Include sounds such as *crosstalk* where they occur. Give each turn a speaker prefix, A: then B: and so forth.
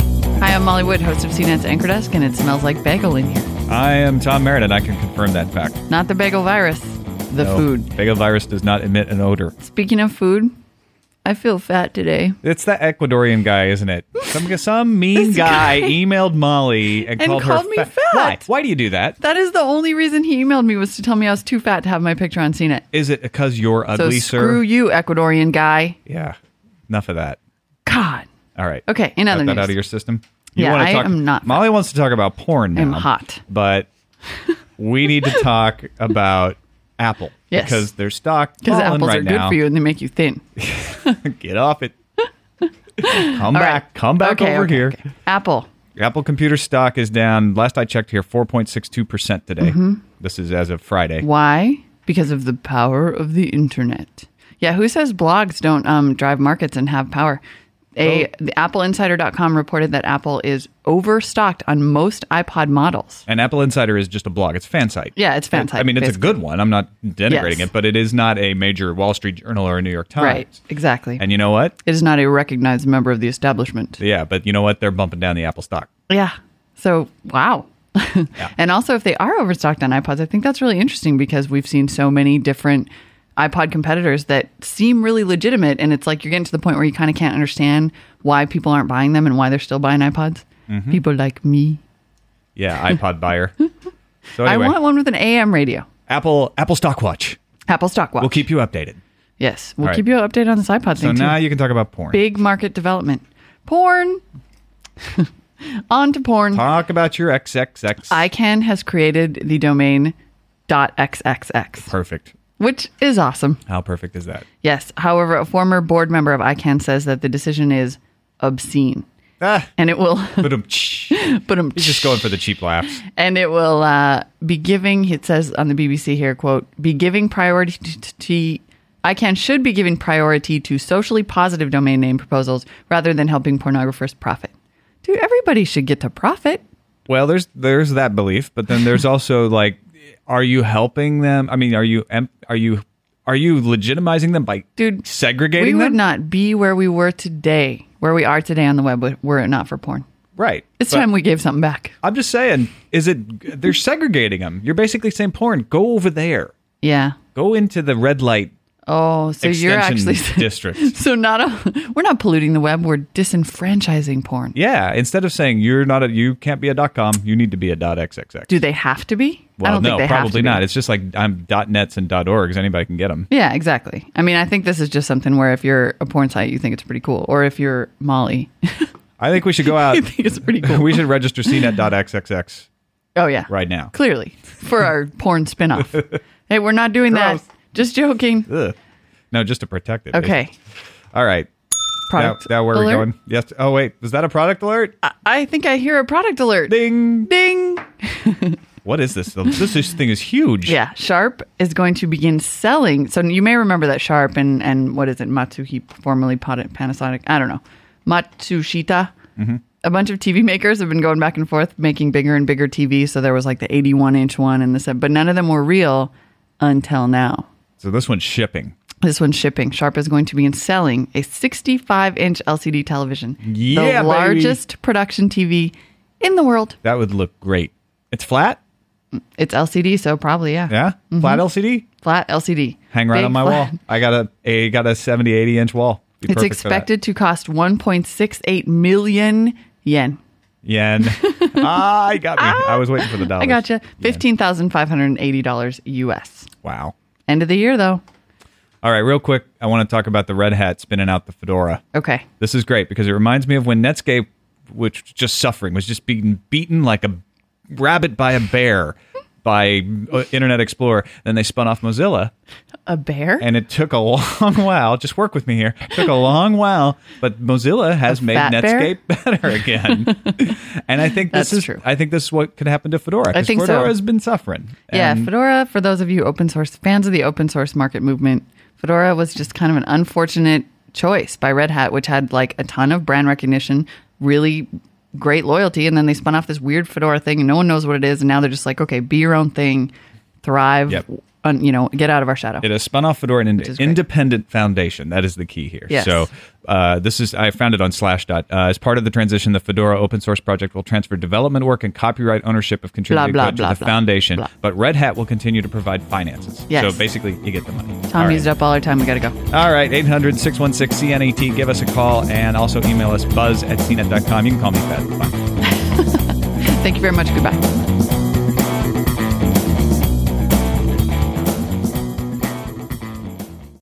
A: am Molly Wood, host of CNET's Anchor Desk, and it smells like bagel in here.
B: I am Tom Merritt, and I can confirm that fact.
A: Not the bagel virus, the
B: No,
A: food.
B: Bagel virus does not emit an odor.
A: Speaking of food, I feel fat today.
B: It's that Ecuadorian guy,
A: *laughs*
B: isn't it? Some some mean guy, emailed Molly and,
A: And
B: called,
A: called
B: her
A: me
B: fat.
A: fat.
B: Why? Why do you do that?
A: That is the only reason he emailed me was to tell me I was too fat to have my picture on CNET.
B: Is it because you're
A: So
B: ugly,
A: screw
B: sir?
A: you, Ecuadorian guy.
B: Yeah. Enough of that.
A: God.
B: All right.
A: Okay, in
B: Got
A: other
B: that
A: news.
B: out of your system. You
A: Yeah,
B: wanna
A: I
B: talk,
A: am not fat.
B: Molly wants to talk about porn.
A: I'm
B: now,
A: hot.
B: but
A: *laughs*
B: we need to talk about Apple
A: Yes.
B: because their stock
A: Because
B: falling
A: apples
B: right
A: are good
B: now.
A: for you and they make you thin.
B: Get
A: *laughs*
B: off it. come
A: All
B: back.
A: right.
B: Come back
A: Okay,
B: over
A: okay,
B: here.
A: okay. Apple.
B: Apple computer stock is down. Last I checked here, 4.62% today.
A: Mm-hmm.
B: This is as of Friday.
A: Why? Because of the power of the internet. Yeah, who says blogs don't um, drive markets and have power? A, the AppleInsider.com reported that Apple is overstocked on most iPod models.
B: And Apple Insider is just a blog. It's a fan site.
A: Yeah, it's a fan
B: It-
A: site,
B: I mean, it's
A: basically.
B: a good one. I'm not denigrating
A: Yes.
B: it, but it is not a major Wall Street Journal or a New York Times.
A: Right, exactly.
B: And you know what?
A: it is not a recognized member of the establishment.
B: Yeah, but you know what? They're bumping down the Apple stock.
A: Yeah. So, wow. *laughs* And also, if they are overstocked on iPods, I think that's really interesting because we've seen so many different iPod competitors that seem really legitimate. And it's like you're getting to the point where you kind of can't understand why people aren't buying them and why they're still buying iPods.
B: Mm-hmm.
A: People like me.
B: Yeah,
A: *laughs*
B: iPod buyer. So anyway,
A: I want one with an AM radio,
B: Apple Apple Stock Watch.
A: Apple Stock Watch.
B: We'll keep you updated.
A: yes. We'll
B: All right.
A: keep you updated on this iPod
B: So
A: thing.
B: now
A: too.
B: you can talk about porn.
A: Big market development. Porn. *laughs* on to porn.
B: Talk about your XXX.
A: ICANN has created the domain .xxx.
B: perfect.
A: which is awesome.
B: How perfect is that?
A: Yes. However, a former board member of ICANN says that the decision is obscene,
B: *laughs* Ah,
A: and it will. *laughs*
B: but um, he's
A: but um,
B: just going for the cheap laughs.
A: and it will uh, be giving. It says on the BBC here, quote, be giving priority to. to ICANN should be giving priority to socially positive domain name proposals rather than helping pornographers profit. Dude, everybody should get to profit.
B: Well, there's there's that belief, but then there's also like, are you helping them? I mean, are you em- are you are you legitimizing them by
A: Dude, we
B: segregating
A: would
B: them?
A: not be where we were today, where we are today on the web, were it not for porn.
B: right.
A: It's
B: But
A: time we gave something back.
B: I'm just saying, is it they're segregating them? You're basically saying porn. Go over there.
A: Yeah.
B: Go into the red light
A: Oh, so you're
B: extension
A: actually
B: *laughs*
A: *laughs*
B: district.
A: so not a, we're not polluting the web. We're disenfranchising porn.
B: Yeah. Instead of saying you're not a you can't be a dot com, you need to be a dot xxx.
A: Do they have to be?
B: well,
A: I don't
B: no,
A: think they
B: probably
A: have to
B: not.
A: Be.
B: It's just like I'm dot nets and dot orgs. Anybody can get them.
A: Yeah, exactly. I mean, I think this is just something where if you're a porn site, you think it's pretty cool, or if you're Molly, *laughs*
B: I think we should go out.
A: you think it's
B: *laughs*
A: pretty cool.
B: we should register cnet.xxx
A: oh yeah,
B: right now.
A: Clearly, for
B: *laughs*
A: our porn spinoff. Hey, we're not doing
B: Gross.
A: that. Just joking.
B: Ugh. No, just to protect it.
A: Okay,
B: All right. Now,
A: product.
B: now where are we
A: alert? Uh,
B: going? Yes. Oh wait, was that a product alert?
A: I, I think I hear a product alert.
B: Ding.
A: Ding.
B: What is this? This, this thing is huge.
A: Yeah, Sharp is going to begin selling. So you may remember that Sharp and and what is it, Matsuhi, formerly Pan- Panasonic, I don't know, Matsushita.
B: Mm-hmm.
A: A bunch of TV makers have been going back and forth making bigger and bigger TVs. So there was like the 81 inch one and this, but none of them were real until now.
B: So this one's shipping.
A: This one's shipping. Sharp is going to begin selling a 65 inch LCD television,
B: Yeah,
A: the
B: baby.
A: largest production TV in the world.
B: That would look great. It's flat.
A: It's LCD, so probably yeah,
B: Yeah. Flat LCD.
A: flat LCD.
B: Hang right
A: Mm-hmm. Big
B: on my
A: flat.
B: wall. I got a, a got a 70, 80 inch wall. Be
A: It's
B: perfect for that.
A: expected to cost 1.68 million yen. *laughs*
B: Yen. ah, you got me. I was waiting for the dollar.
A: I gotcha. $15,580 US.
B: Wow.
A: End of the year, though.
B: All right, real quick, I want to talk about the red hat spinning out the fedora.
A: Okay.
B: This is great because it reminds me of when Netscape, which was just suffering, was just being beaten like a rabbit by a bear by uh, Internet Explorer. Then they spun off Mozilla,
A: A bear?
B: and it took a *laughs* long while. Just work with me here. Took a long while, but Mozilla has made
A: fat bear?
B: Netscape *laughs*
A: *laughs*
B: better again. and I think this
A: That's
B: is
A: true.
B: I think this is what could happen to Fedora. 'cause
A: think so.
B: Fedora has been suffering.
A: yeah,
B: And
A: Fedora, for those of you open source fans of the open source market movement, Fedora was just kind of an unfortunate choice by Red Hat, which had like a ton of brand recognition, really great loyalty. And then they spun off this weird Fedora thing and no one knows what it is. And now they're just like, okay, be your own thing, thrive,
B: Yep.
A: un, you know, get out of our shadow.
B: It has spun off Fedora and
A: is
B: an
A: great.
B: independent foundation. That is the key here.
A: Yes.
B: So uh, this is I found it on Slashdot. Uh, as part of the transition, the Fedora open source project will transfer development work and copyright ownership of contributing
A: blah,
B: code to
A: blah,
B: the
A: blah,
B: foundation,
A: blah.
B: but Red Hat will continue to provide finances.
A: Yes.
B: So basically, you get the money.
A: Tom
B: All right.
A: used up all our time. We got to go.
B: All right, 800 616 CNAT. Give us a call and also E email us buzz at cnet.com. You can call me Pat. Bye.
A: Thank you very much. Goodbye.